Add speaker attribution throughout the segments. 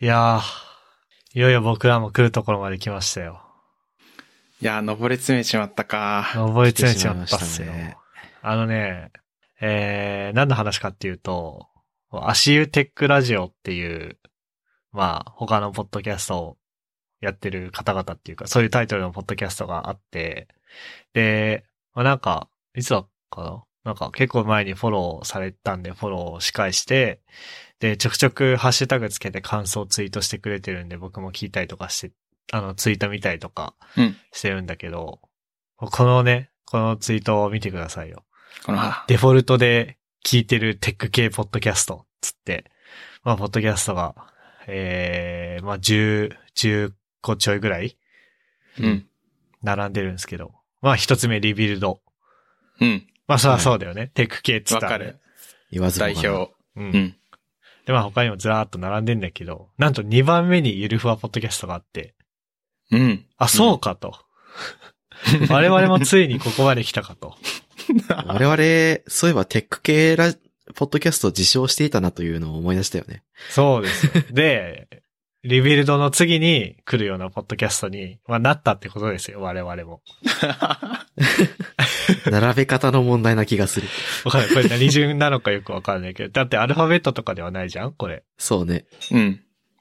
Speaker 1: いやー、いよいよ僕らも来るところまで来ましたよ。
Speaker 2: いやー、登り詰めちまったか。
Speaker 1: 登り詰めちゃったっすよ。
Speaker 2: 来てしまいましたね
Speaker 1: あのね、えー、何の話かっていうと、足湯テックラジオっていう、まあ、他のポッドキャストをやってる方々っていうか、そういうタイトルのポッドキャストがあって、で、まあ、なんか、いつだかななんか結構前にフォローされたんで、フォローし返して、で、ちょくちょくハッシュタグつけて感想ツイートしてくれてるんで、僕も聞いたりとかして、あの、ツイート見たりとか
Speaker 2: うん
Speaker 1: してるんだけど、このね、このツイートを見てくださいよ。
Speaker 2: この、あ
Speaker 1: デフォルトで聞いてるテック系ポッドキャスト、つって、まあ、ポッドキャストが、えー、まあ、10、10個ちょいぐらい
Speaker 2: うん。
Speaker 1: 並んでるんですけど、まあ、一つ目リビルド。
Speaker 2: うん。
Speaker 1: まあ、そりゃそうだよね。テック系っつっ
Speaker 2: わ
Speaker 1: た、
Speaker 2: からる
Speaker 1: ね。。
Speaker 3: 言わずも
Speaker 2: 代
Speaker 3: がな
Speaker 2: 表。
Speaker 1: うん。
Speaker 2: うん。
Speaker 1: で、まあ、他にもずらーっと並んでんだけど、なんと2番目にゆるふわポッドキャストがあって、
Speaker 2: うん。
Speaker 1: あ、そうかと。我々もついにここまで来たかと。
Speaker 3: 我々、そういえばテック系ラ、ポッドキャストを自称していたなというのを思い出したよね。
Speaker 1: そうですよ。で、リビルドの次に来るようなポッドキャストに、まあ、なったってことですよ、我々も。
Speaker 3: 並べ方の問題な気がする。
Speaker 1: わかんない。これ何順なのかよくわかんないけど。だってアルファベットとかではないじゃんこれ。
Speaker 3: そうね。
Speaker 2: うん。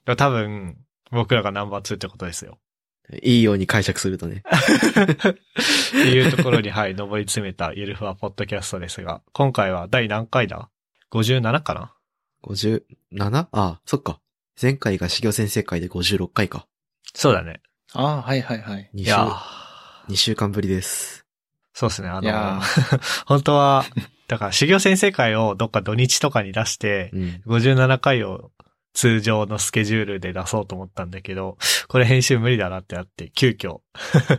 Speaker 1: だから多分、僕らがナンバー2ってことですよ。
Speaker 3: いいように解釈するとね。
Speaker 1: っていうところに、はい、上り詰めたゆるふわポッドキャストですが、今回は第何回だ ?57 かな
Speaker 3: 57? ああ、そっか。前回が修行先生会で56回か。
Speaker 1: そうだね。
Speaker 2: ああ、はいはいはい。
Speaker 3: 2
Speaker 1: い
Speaker 3: 週、
Speaker 1: やー、
Speaker 3: 2週間ぶりです。
Speaker 1: そうですね。あ
Speaker 2: い
Speaker 1: の、
Speaker 2: や
Speaker 1: 本当は、だから修行先生会をどっか土日とかに出して、
Speaker 3: うん。
Speaker 1: 57回を通常のスケジュールで出そうと思ったんだけど、これ編集無理だなってなって、急遽、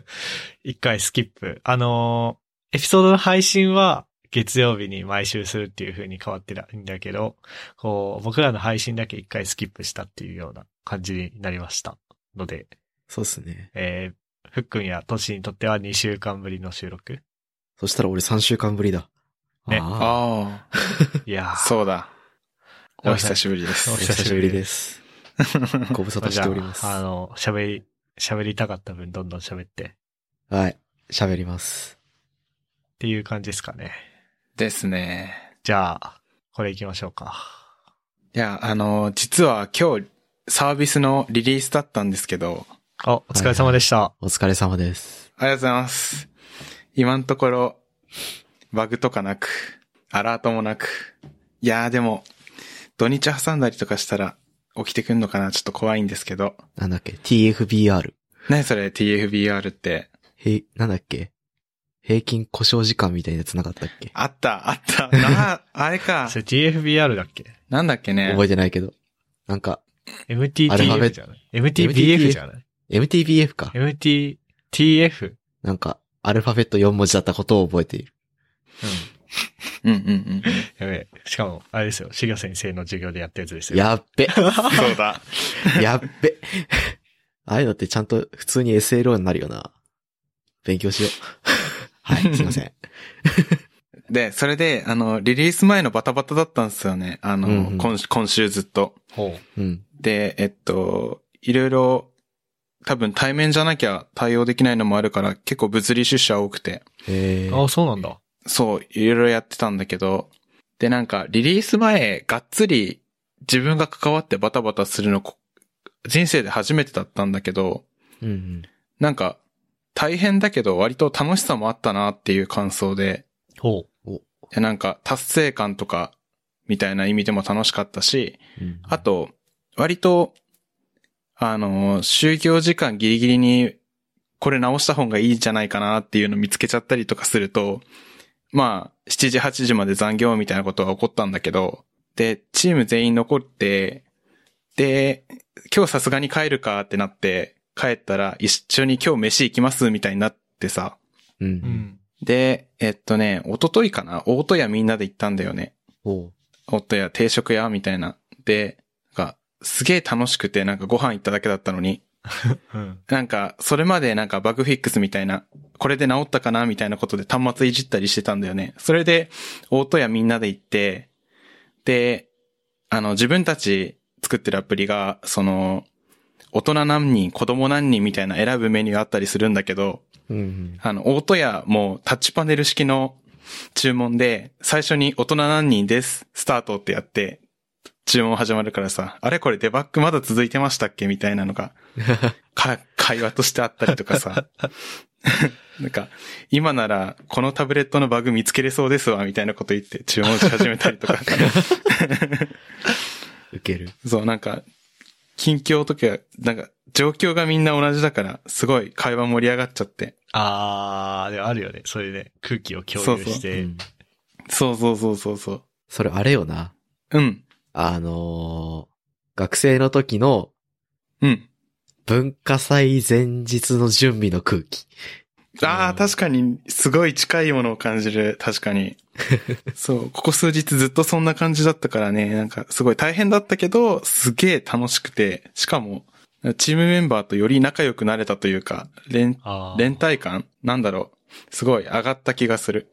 Speaker 1: 一回スキップ。あのーエピソードの配信は月曜日に毎週するっていう風に変わってないんだけど、こう、僕らの配信だけ一回スキップしたっていうような感じになりました。ので、
Speaker 3: そうっすね。
Speaker 1: えー、ふっくんやとしにとっては2週間ぶりの収 録。
Speaker 3: そしたら俺3週間ぶりだ。
Speaker 1: ね
Speaker 3: あ
Speaker 2: あ
Speaker 1: いや
Speaker 2: あ、
Speaker 1: ー、
Speaker 2: そうだ。お久しぶりで
Speaker 3: あ、
Speaker 1: お
Speaker 3: お
Speaker 2: す。
Speaker 3: 久しぶりです。ご無沙汰しておりま す。
Speaker 1: じゃああ
Speaker 3: は
Speaker 1: の、喋り、喋りたかった分どんどん喋って。
Speaker 3: い。喋ります。
Speaker 1: っていう感じですかね。
Speaker 2: ですね。
Speaker 1: じゃあ、これ行きましょうか。
Speaker 2: いや、あの、実は今日、サービスのリリースだったんですけど、
Speaker 1: お、お疲れ様でした。
Speaker 3: お疲れ様です。
Speaker 2: ありがとうございます。今のところ、バグとかなく、アラートもなく。いやーでも、土日挟んだりとかしたら起きてくんのかなちょっと怖いんですけど。
Speaker 3: なんだっけ ?TFBR。
Speaker 2: 何それ ?TFBR って。
Speaker 3: へい、なんだっけ平均故障時間みたいなやつなかったっけ
Speaker 2: あった、あった。な あ、あれか
Speaker 1: そ。れ TFBR だっけ
Speaker 2: なんだっけね
Speaker 3: 覚。えてないけど。なんか、アルファベ
Speaker 1: ?MTTF
Speaker 3: ット
Speaker 1: じゃない ?MTBF じゃない
Speaker 3: MTBF か。
Speaker 1: ?MTTF? うん。
Speaker 3: なんか、アルファベット4文字だったことを覚えている。
Speaker 2: うんうんうん
Speaker 1: やべえ。しかも、あれですよ。しげ先生の授業でやったやつですよ。
Speaker 3: やっべ、
Speaker 2: うん。そうだ。
Speaker 3: やっべ。 ああいうのってちゃんと普通に SLO になるよな。勉強しよう。 はい、すいません。
Speaker 2: で、それで、あの、リリース前のバタバタだったんですよね。あの、
Speaker 3: うんうん
Speaker 2: 今今週ずっと。
Speaker 1: ほ
Speaker 3: うん。
Speaker 2: で、えっと、いろいろ、多分対面じゃなきゃ対応できないのもあるから、結構物理出社多くて、
Speaker 3: え
Speaker 1: う。
Speaker 3: ー
Speaker 1: あ、、そうなんだ。
Speaker 2: そう、いろいろやってたんだけど、で、なんか、リリース前、がっつり、自分が関わってバタバタするの、こ人生で初めてだったんだけど、
Speaker 3: うんうん。
Speaker 2: なんか、大変だけど、割と楽しさもあったなっていう感想で、
Speaker 1: ほ
Speaker 2: でなんか、達成感とか、みたいな意味でも楽しかったし、
Speaker 3: うん
Speaker 2: あと、割と、あの、就業時間ギリギリに、これ直した方がいいんじゃないかなっていうの見つけちゃったりとかすると、まあ、7時、8時まで残業みたいなことが起こったんだけど、で、チーム全員残って、で、今日さすがに帰るかってなって、帰ったら一緒に今日飯行きますみたいになってさ、
Speaker 3: う。
Speaker 1: う。うんん。
Speaker 2: で、えっとね、一昨日かな大戸屋みんなで行ったんだよね。
Speaker 3: おう
Speaker 2: おっとや定食屋みたいな。で、が、すげえ楽しくて、なんかご飯行っただけだったのに、
Speaker 1: うん。
Speaker 2: なんか、それまでなんかバグフィックスみたいな、これで治ったかなみたいなことで端末いじったりしてたんだよね。それで、大戸屋みんなで行って、で、あの、自分たち作ってるアプリが、その、大人何人、子供何人みたいな選ぶメニューあったりするんだけど、
Speaker 3: うん。
Speaker 2: あの、大戸屋もタッチパネル式の注文で、最初に大人何人です、スタートってやって、注文始まるからさ、あれこれデバッグまだ続いてましたっけみたいなのが、か、会話としてあったりとかさ。なんか、今なら、このタブレットのバグ見つけれそうですわ、みたいなこと言って注文し始めたりとか。
Speaker 3: 受ける。
Speaker 2: そう、なんか、近況とか、なんか、状況がみんな同じだから、すごい会話盛り上がっちゃって。
Speaker 1: あー、でもあるよね。それで、空気を共有して。
Speaker 3: うん
Speaker 2: そうそうそうそうそう。
Speaker 3: それあれよな。
Speaker 2: うん、
Speaker 3: あのー学生の時の
Speaker 2: うん。
Speaker 3: 文化祭前日の準備の空気。
Speaker 2: あ
Speaker 1: う
Speaker 2: あ、
Speaker 1: ん
Speaker 2: 確かに、すごい近いものを感じる。確 かに。そう、ここ数日ずっとそんな感じだったからね、なんか、すごい大変だったけど、すげえ楽しくて、しかも、チームメンバーとより仲良くなれたというか、連、
Speaker 1: あー
Speaker 2: 連帯感なんだろう。すごい上がった気がする。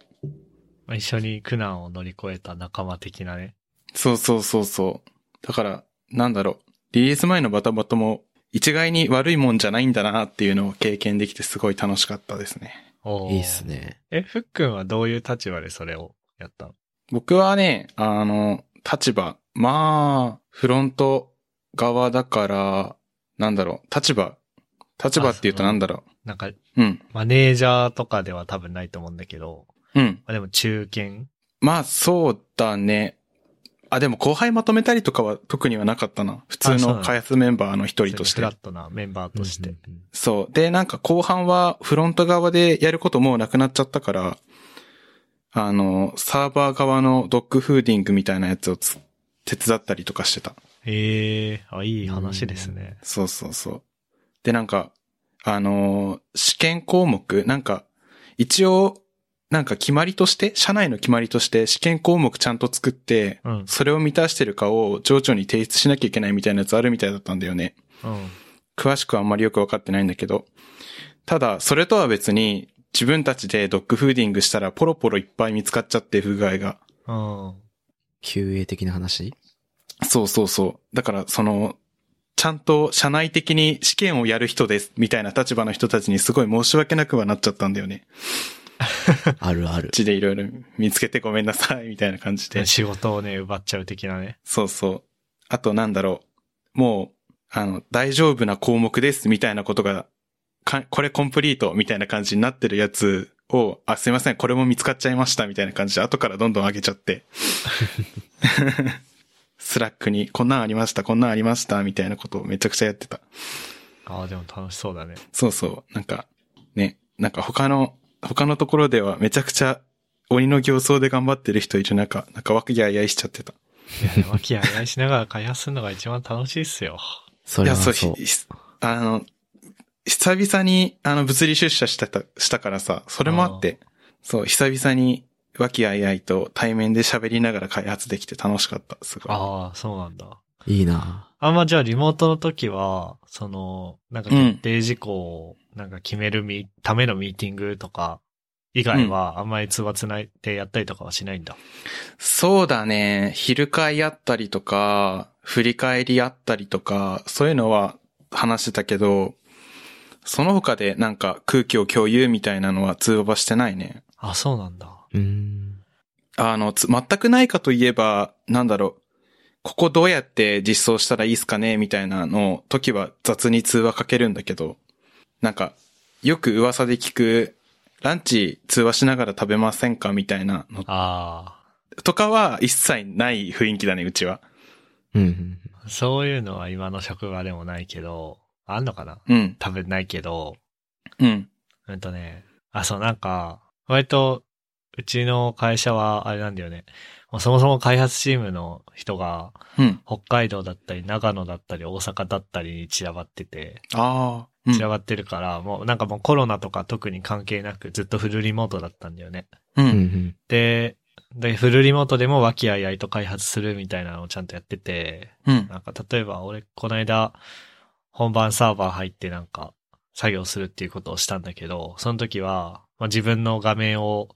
Speaker 1: まあ一緒に苦難を乗り越えた仲間的なね。
Speaker 2: そうそうそうそう。だから、なんだろう。リリース前のバタバタも、一概に悪いもんじゃないんだなっていうのを経験できてすごい楽しかったですね。
Speaker 1: おー
Speaker 3: いいっす。ね。
Speaker 1: え、ふっくんはどういう立場でそれをやったの
Speaker 2: 僕はね、あの、立場。まあ、フロント側だから、なんだろう。立場。立場って言うとなんだろ
Speaker 1: なんか、
Speaker 2: う。うん。
Speaker 1: マネージャーとかでは多分ないと思うんだけど、
Speaker 2: うん。
Speaker 1: まあ、でも中堅
Speaker 2: まあ、そうだね。あ、でも後輩まとめたりとかは特にはなかったな。普通
Speaker 1: あそうな
Speaker 2: の
Speaker 1: の
Speaker 2: 開発メンバーの一人として
Speaker 1: フ。ラットなメンバーとして。
Speaker 2: そう。で、なんか後半はフロント側でやることもうなくなっちゃったから、あの、サーバー側のドッグフーディングみたいなやつをつ手伝ったりとかしてた。
Speaker 1: ええあ、いい話ですね。
Speaker 2: そうそうそう。で、なんか、あのー試験項目、なんか、一応、なんか決まりとして、社内の決まりとして試験項目ちゃんと作って、
Speaker 1: うん。うん。
Speaker 2: それを満たしてるかを情緒に提出しなきゃいけないみたいなやつあるみたいだったんだよね。詳しくはあんまりよくわかってないんだけど、ただ、それとは別に、自分たちでドッグフーディングしたらポロポロいっぱい見つかっちゃって不具合が。
Speaker 1: うん。
Speaker 3: QA 的な話
Speaker 2: そうそうそう。だから、その、ちゃんと社内的に試験をやる人です、みたいな立場の人たちにすごい申し訳なくはなっちゃったんだよね。
Speaker 3: あるある
Speaker 2: う。ちでいろいろ見つけてごめんなさい、みたいな感じで
Speaker 1: で、。仕事をね、奪っちゃう的なね。
Speaker 2: そうそう。あとなんだろう。もう、あの、大丈夫な項目ですみたいなことが、かこれコンプリートみたいな感じになってるやつを、あ、すいません、これも見つかっちゃいましたみたいな感じで、後からどんどん上げちゃって。スラックに、こんなんありました、こんなんありました、みたいなことをめちゃくちゃやってた。
Speaker 1: ああ、でも楽しそうだね。
Speaker 2: そうそう。なんか、ね、なんか他の、他のところではめちゃくちゃ鬼の形相で頑張ってる人いる中、なんかわくやいやいしちゃってた。
Speaker 1: いや、でも和気あいあいしながら開発するのが一番楽しいっすよ。
Speaker 3: それはそう
Speaker 2: い。や、そう、ひあの、久々に、あの、物理出社したた、したからさ、それもあって、そう、久々に、和気あいあいと対面で喋りながら開発できて楽しかった、すごい。
Speaker 1: ああ、そうなんだ。
Speaker 3: いいな
Speaker 1: あんまじゃあリモートの時は、その、なんか決定事項をなんか決めるみ、ためのミーティングとか、以外はあんまりつばつないでやったりとかはしないんだ。
Speaker 2: そうだね、昼会あったりとか、振り返りあったりとか、そういうのは話してたけど、その他でなんか空気を共有みたいなのは通話はしてないね。
Speaker 1: あ、そうなんだ。
Speaker 3: うーん。
Speaker 2: あの、つ全くないかといえば、なんだろう。ここどうやって実装したらいいっすかねみたいなの時は雑に通話かけるんだけど、なんか、よく噂で聞く、ランチ通話しながら食べませんかみたいなの
Speaker 1: あ
Speaker 2: とかは一切ない雰囲気だね、うちは。
Speaker 3: うんうん。
Speaker 1: あ、そういうのは今の職場でもないけど、あんのかな
Speaker 2: うん、
Speaker 1: 多分ないけど、
Speaker 2: うん、
Speaker 1: うんとね、あ、そうなんか、割と、うちの会社はあれなんだよね。もうそもそも開発チームの人が、
Speaker 2: うん。
Speaker 1: 北海道だったり、長野だったり、大阪だったりに散らばってて、
Speaker 2: ああ、うん
Speaker 1: 散らばってるから、もうなんかもうコロナとか特に関係なくずっとフルリモートだったんだよね。
Speaker 2: う、
Speaker 3: うんうんん。
Speaker 1: で、で、フルリモートでも和気あいあいと開発するみたいなのをちゃんとやってて、
Speaker 2: うん、
Speaker 1: なんか例えば俺この間本番サーバー入ってなんか作業するっていうことをしたんだけど、その時は、まあ、自分の画面を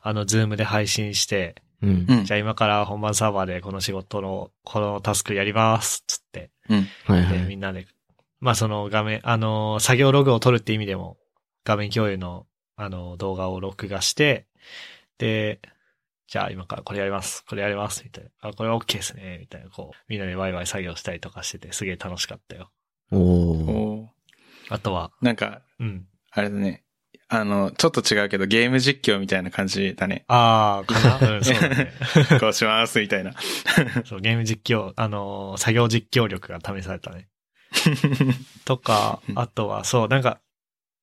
Speaker 1: あのズームで配信して、
Speaker 3: うん
Speaker 2: う。ん
Speaker 1: じゃあ今から本番サーバーでこの仕事の、このタスクやります、つっって、
Speaker 2: うん。
Speaker 3: はいは
Speaker 1: で、み
Speaker 3: い。
Speaker 1: んなで、まあその画面、あのー作業ログを取るって意味でも、画面共有の、あのー動画を録画して、で、じゃあ今からこれやります、これやります、みたいな。あ、これ OK ですね、みたいな、こう、みんなでワイワイ作業したりとかしてて、すげえ楽しかったよ。
Speaker 3: おー。
Speaker 2: おー
Speaker 1: あとは、
Speaker 2: なんか、
Speaker 1: うん。。
Speaker 2: あれだね。あの、ちょっと違うけど、ゲーム実況みたいな感じだ ね
Speaker 1: ああ、かなうん、そうだ ね。
Speaker 2: こうします、みたいな。
Speaker 1: そう、ゲーム実況、あのー作業実況力が試されたね。とか
Speaker 2: う、ん
Speaker 1: あとは、そう、なんか、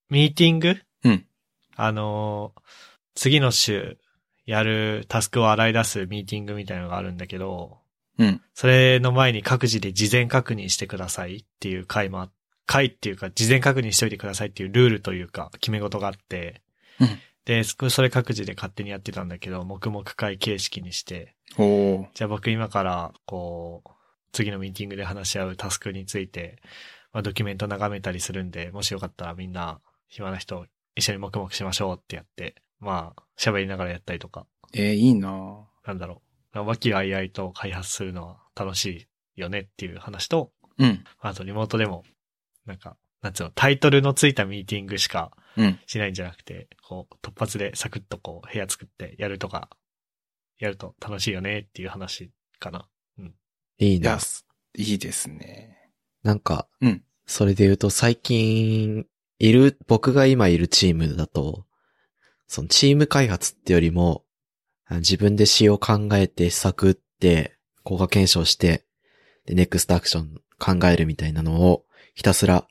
Speaker 1: ミーティング
Speaker 2: うん
Speaker 1: あのー次の週、やるタスクを洗い出すミーティングみたいなのがあるんだけど、
Speaker 2: うん。
Speaker 1: それの前に各自で事前確認してくださいっていう回もあ、回っていうか、事前確認しておいてくださいっていうルールというか、決め事があって、
Speaker 2: うん
Speaker 1: で、そこそれ各自で勝手にやってたんだけど、黙々会形式にして、
Speaker 2: おお
Speaker 1: じゃあ僕今から、こう、次のミーティングで話し合うタスクについて、まあ、ドキュメント眺めたりするんで、もしよかったらみんな、暇な人、一緒に黙々しましょうってやって、まあ、喋りながらやったりとか、
Speaker 2: えーいいなぁ
Speaker 1: なんだろう。和気あいあいと開発するのは楽しいよねっていう話と、
Speaker 2: うん。
Speaker 1: あとリモートでも、なんか、なんつうの、タイトルのついたミーティングしか
Speaker 2: うん。
Speaker 1: しないんじゃなくて、こう、突発でサクッとこう、部屋作ってやるとか、やると楽しいよねっていう話かな。
Speaker 3: いい
Speaker 2: いや
Speaker 3: な。、
Speaker 2: いいですね。
Speaker 3: なんか、
Speaker 2: うん
Speaker 3: それで言うと最近、いる、僕が今いるチームだと、そのチーム開発ってよりも、あの自分で仕様考えて、試作って、効果検証して、で、ネクストアクション考えるみたいなのを、ひたすら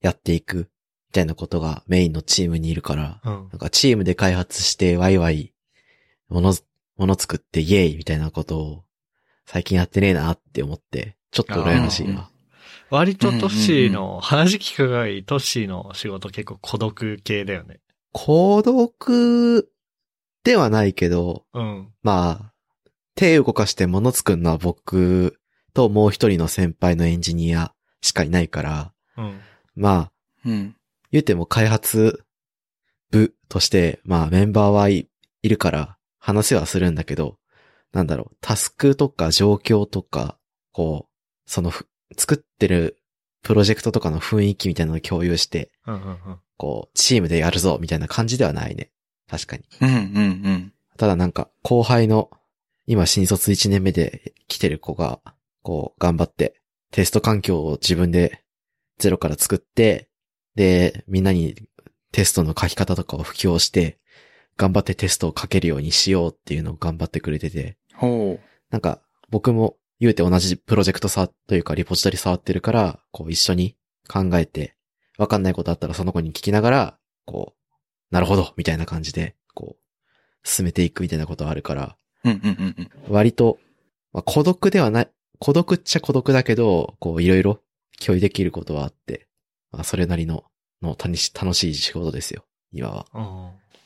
Speaker 3: やっていく、みたいなことがメインのチームにいるから、
Speaker 1: うん
Speaker 3: な。んかチームで開発してワイワイ、もの、もの作ってイエーイみたいなことを最近やってねえなって思って、ちょっと羨ましいな。
Speaker 1: 割とトッシーの、話聞くがいいトッシーの仕事結構孤独系だよね。
Speaker 3: 孤独ではないけど、
Speaker 1: うん。
Speaker 3: まあ、手動かしてもの作るのは僕ともう一人の先輩のエンジニアしかいないから、
Speaker 1: うん。
Speaker 3: まあ、
Speaker 2: うん。
Speaker 3: 言うても開発部として、まあメンバーはい、いるから話はするんだけど、なんだろう、タスクとか状況とか、こう、そのふ作ってるプロジェクトとかの雰囲気みたいなのを共有して、
Speaker 1: うんうんうん。
Speaker 3: こう、チームでやるぞみたいな感じではないね。確かに。
Speaker 2: うん、うん、
Speaker 3: ただなんか、後輩の、今新卒1年目で来てる子が、こう、頑張って、テスト環境を自分でゼロから作って、で、みんなにテストの書き方とかを布教して、頑張ってテストを書けるようにしようっていうのを頑張ってくれてて、
Speaker 2: うん。ほ
Speaker 3: なんか、僕も言うて同じプロジェクトさ、というかリポジトリ触ってるから、こう一緒に考えて、わかんないことあったらその子に聞きながら、こう、なるほど、みたいな感じで、こう、進めていくみたいなことあるから、
Speaker 2: う。うん、うん、うんうん。
Speaker 3: 割と、まあ、孤独ではない、孤独っちゃ孤独だけど、こういろいろ共有できることはあって、まあ、それなりの、の楽し楽しい仕事ですよ、今は。
Speaker 1: う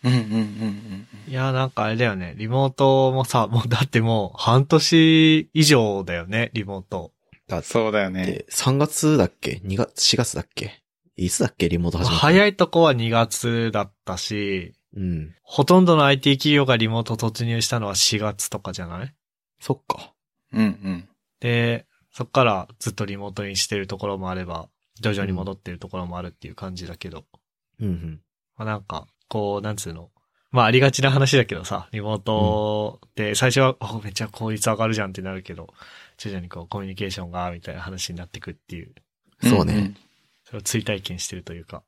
Speaker 1: ん。
Speaker 2: うん、うん、うん、
Speaker 1: いや、なんかあれだよね。リモートもさ、もうだってもう半年以上だよね、リモート。
Speaker 2: うん。そうだよね。
Speaker 3: で、3月だっけ ?2 月、4月だっけいつだっけリモート
Speaker 1: まあ
Speaker 3: 始まったの。
Speaker 1: 早いとこは2月だったし、
Speaker 3: うん。
Speaker 1: ほとんどの IT 企業がリモート突入したのは4月とかじゃない
Speaker 3: そっか。
Speaker 2: うん、うん。
Speaker 1: で、そっからずっとリモートにしてるところもあれば、徐々に戻ってるところもあるっていう感じだけど。
Speaker 3: うんうん。
Speaker 1: まあ、なんか、こう、なんつうの。まあ、ありがちな話だけどさ、リモートで、最初は、おめっちゃ効率上がるじゃんってなるけど、徐々にこう、コミュニケーションが、みたいな話になってくっていう、
Speaker 3: そうね
Speaker 2: んん。
Speaker 1: それを追体験してるというか。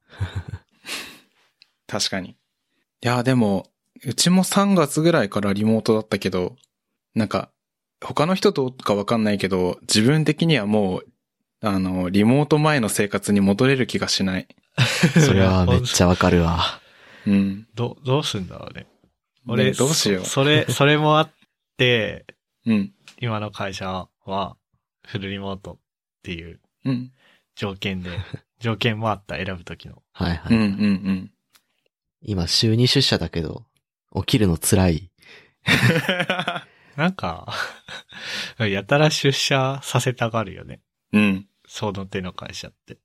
Speaker 2: 確かに。いや、でも、うちも3月ぐらいからリモートだったけど、なんか、他の人とかわかんないけど、自分的にはもう、あの、リモート前の生活に戻れる気がしない。
Speaker 3: それはめっち
Speaker 1: ゃ。
Speaker 3: ゃわかるわ。
Speaker 2: うん。
Speaker 1: ど、どうすんだろうね。
Speaker 2: 俺、
Speaker 1: 俺、
Speaker 2: どうしよう
Speaker 1: そ。それ、それもあって、
Speaker 2: うん。
Speaker 1: 今の会社は、フルリモートっていう
Speaker 2: うん。
Speaker 1: 条件で、条件もあった、選ぶときの。
Speaker 3: はいは
Speaker 2: う
Speaker 3: い。
Speaker 2: ん、うん、うん。
Speaker 3: 今、週2出社だけど、起きるの辛い。
Speaker 1: なんか、 やたら出社させたがるよね。
Speaker 2: うん。
Speaker 1: その手の会社って。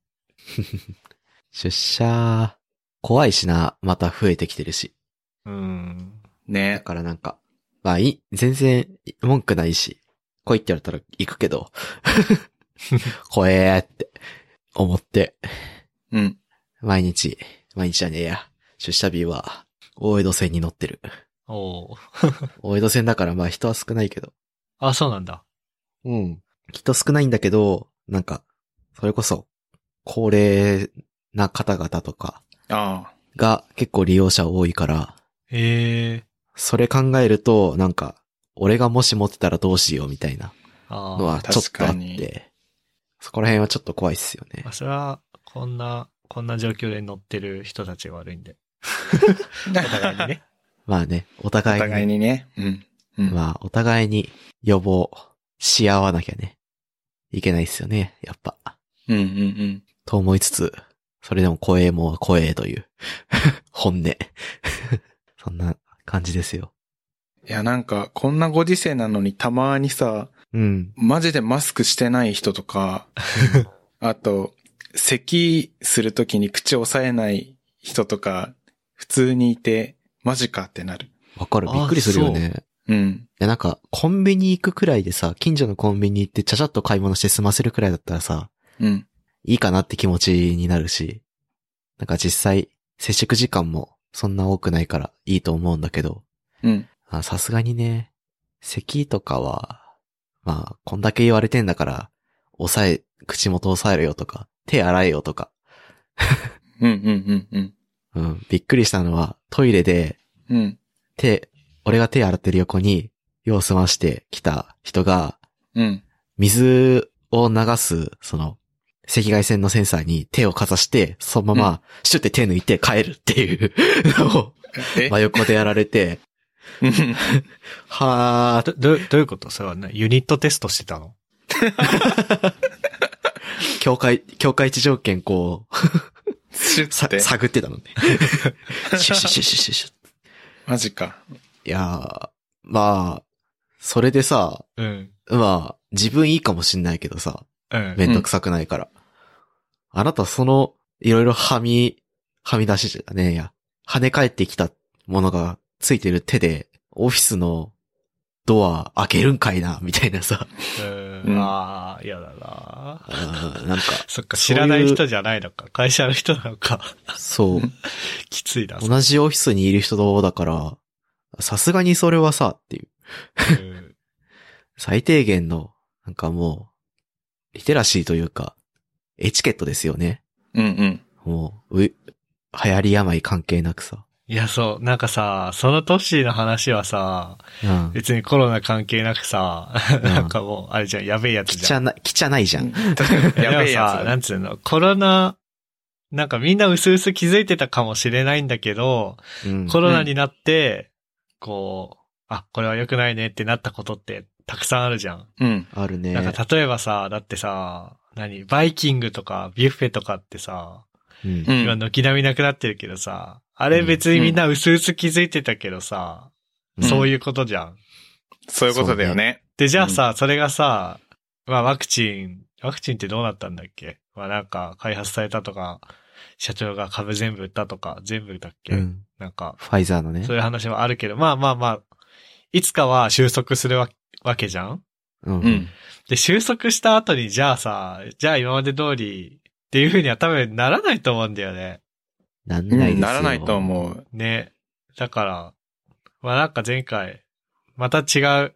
Speaker 3: 出社、怖いしな、また増えてきてるし。
Speaker 1: うん。
Speaker 3: だ
Speaker 2: ね。
Speaker 3: からなんか、まあいい、全然文句ないし、来いって言われたら行くけど、 怖えーって思って、
Speaker 2: うん。
Speaker 3: 毎日、毎日じゃねえや。出社日は、大江戸線に乗ってる。
Speaker 1: おー
Speaker 3: 大江戸線だからまあ人は少ないけど。
Speaker 1: あ、そうなんだ。
Speaker 3: うん。人少ないんだけど、なんか、それこそ、高齢な方々とか
Speaker 2: あ
Speaker 3: が結構利用者多いから、
Speaker 1: ええ
Speaker 3: それ考えると、なんか、俺がもし持ってたらどうしようみたいな
Speaker 1: あ
Speaker 3: の
Speaker 1: ー
Speaker 3: はちょっとあ
Speaker 2: 確か
Speaker 3: っ
Speaker 2: に
Speaker 3: て、そこら辺はちょっと怖いっすよね
Speaker 1: まあ。。それは、こんな、こんな状況で乗ってる人たちが悪いんで。
Speaker 2: あ。
Speaker 1: お互いにね。
Speaker 3: まあね、お
Speaker 2: お
Speaker 3: 互いに。
Speaker 2: 互いにね。うん。うん。
Speaker 3: まあ、お互いに予防し合わなきゃね、いけないっすよね、やっぱ。
Speaker 2: うんうんうん。
Speaker 3: と思いつつ、それでも怖えもんは怖えという、 本音。 そんな感じですよ。
Speaker 2: いや、なんか、こんなご時世なのにたまにさ、
Speaker 3: うん。
Speaker 2: マジでマスクしてない人とか、あと、咳するときに口押さえない人とか、普通にいて、マジかってなる。
Speaker 3: わかる。びっくりするよね。い
Speaker 2: うん。
Speaker 3: や、なんか、コンビニ行くくらいでさ、近所のコンビニ行ってちゃちゃっと買い物して済ませるくらいだったらさ、
Speaker 2: うん。
Speaker 3: いいかなって気持ちになるし、なんか実際、接触時間もそんな多くないからいいと思うんだけど、
Speaker 2: うん。
Speaker 3: あさすがにね、咳とかは、まあ、こんだけ言われてんだから、抑え、口元押さえるよとか、手洗えよとか。
Speaker 2: うんうんうん
Speaker 3: うん、びっくりしたのは、トイレで、
Speaker 2: うん。うん。
Speaker 3: 手、俺が手洗ってる横に、用を済ましてきた人が、
Speaker 2: うん。
Speaker 3: 水を流す、その、赤外線のセンサーに手をかざして、そのまま、シュって手抜いて帰るっていうのを、
Speaker 2: え
Speaker 3: 真横でやられて、
Speaker 2: うん
Speaker 3: はー、
Speaker 1: ど、ど、どういうことそれはね、ユニットテストしてたの
Speaker 3: 境界、境界地条件こ う、
Speaker 2: シュ
Speaker 3: さ
Speaker 2: ッて。
Speaker 3: 探ってた のね。シュシュシュシュシュシュ。
Speaker 2: マジか。
Speaker 3: いやー、まあ、それでさ、
Speaker 1: うん。
Speaker 3: まあ、自分いいかもしんないけどさ、
Speaker 1: うん。
Speaker 3: めんどくさくないから。あなたその、いろいろはみ、はみ出してたねいや。跳ね返ってきたものがついてる手で、オフィスのドア開けるんかいな、みたいなさ。
Speaker 1: う。
Speaker 2: うんん
Speaker 1: ああ、嫌だな
Speaker 3: あ。ーなんか、
Speaker 1: そっか、
Speaker 3: そ
Speaker 1: 知
Speaker 3: ういう
Speaker 1: らない人じゃないのか。会社の人なのか。
Speaker 3: そう。
Speaker 1: きついな。
Speaker 3: 同じオフィスにいる人だから、さすがにそれはさ、っていう。
Speaker 1: うん
Speaker 3: 最低限の、なんかもう、リテラシーというか、エチケットですよね。
Speaker 2: うんうん。
Speaker 3: もう、う、流行り病関係なくさ。
Speaker 1: いや、そう。なんかさ、そのトッシーの話はさ、
Speaker 3: うん。
Speaker 1: 別にコロナ関係なくさ、なんかもう、あれじゃん、やべえやつ
Speaker 3: き
Speaker 1: じ
Speaker 3: ち
Speaker 1: ゃ
Speaker 3: ゃ
Speaker 1: ん。
Speaker 3: な、きちゃないじゃん。
Speaker 1: い
Speaker 2: やべえ
Speaker 1: でもさ
Speaker 2: や
Speaker 1: なんつうの、コロナ、なんかみんな薄々気づいてたかもしれないんだけど、
Speaker 3: うん。
Speaker 1: コロナになって、こう、あ、これは良くないねってなったことってたくさんあるじゃん。
Speaker 2: つ。うん。
Speaker 3: あるね。
Speaker 1: なんか例えばさ、だってさ、何、バイキングとかビュッフェとかってさ、
Speaker 3: うん
Speaker 2: う。
Speaker 1: 今
Speaker 2: ん。
Speaker 1: 軒並みなくなってるけどさ、あれ別にみんな薄々気づいてたけどさ、
Speaker 3: うん
Speaker 1: そういうことじゃん。
Speaker 2: そういうことだよね。
Speaker 1: で、じゃあさ、それがさ、まあワクチン、ワクチンってどうなったんだっけまあなんか開発されたとか、社長が株全部売ったとか、全部だっけ、
Speaker 3: うん。
Speaker 1: なんか、
Speaker 3: ファイザーのね
Speaker 1: そう。いう話もあるけど、まあまあまあ、いつかは収束するわわけじゃん
Speaker 3: うん
Speaker 2: うん。
Speaker 1: で、収束した後に、じゃあさ、じゃあ今まで通りっていう風には多分ならないと思うんだよね。
Speaker 3: なん
Speaker 2: う
Speaker 3: ないです
Speaker 2: ん
Speaker 3: よ。
Speaker 2: ならないと思う。
Speaker 1: ね。だから、まあなんか前回、また違う、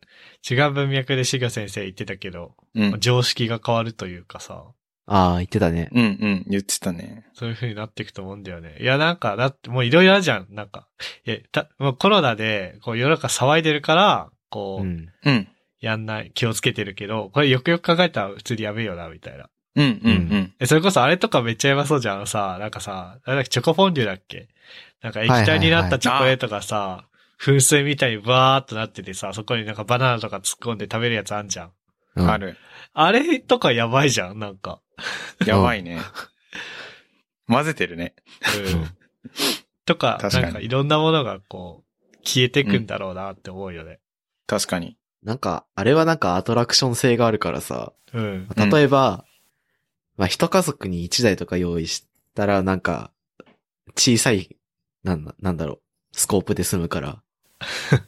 Speaker 1: 違う文脈で修行先生言ってたけど、
Speaker 2: うん。
Speaker 1: 常識が変わるというかさ、
Speaker 3: ああ、言ってたね。
Speaker 2: うんうん。言ってたね。
Speaker 1: そういう風になっていくと思うんだよね。いやなんか、だってもういろいろあるじゃん。なんか、え、た、もうコロナで、こう世の中騒いでるから、こう、
Speaker 3: うん。
Speaker 2: うん。
Speaker 1: やんない、気をつけてるけど、これよくよく考えたら普通にやべえよな、みたいな。
Speaker 2: うんうん
Speaker 1: え、それこそあれとかめっちゃやばそうじゃん。あのさ、なんかさ、あれだっけチョコフォンデュだっけなんか液体になったチョコレートがさ、噴水みたいにバーっとなっててさ、そこになんかバナナとか突っ込んで食べるやつあんじゃん。
Speaker 2: う。
Speaker 3: うんん
Speaker 2: あ。る。
Speaker 1: あれとかやばいじゃん、なんか。
Speaker 2: やばいね。混ぜてるね。
Speaker 1: うん。 とか、
Speaker 2: 確かに
Speaker 1: なんかいろんなものがこう、消えてくんだろうなって思うよね。
Speaker 2: 確かに。
Speaker 3: なんか、あれはなんかアトラクション性があるからさ。
Speaker 1: うん。
Speaker 2: うん
Speaker 3: 例えば、まあ、一家族に一台とか用意したら、なんか、小さい、なんだ、なんだろう、スコープで済むから、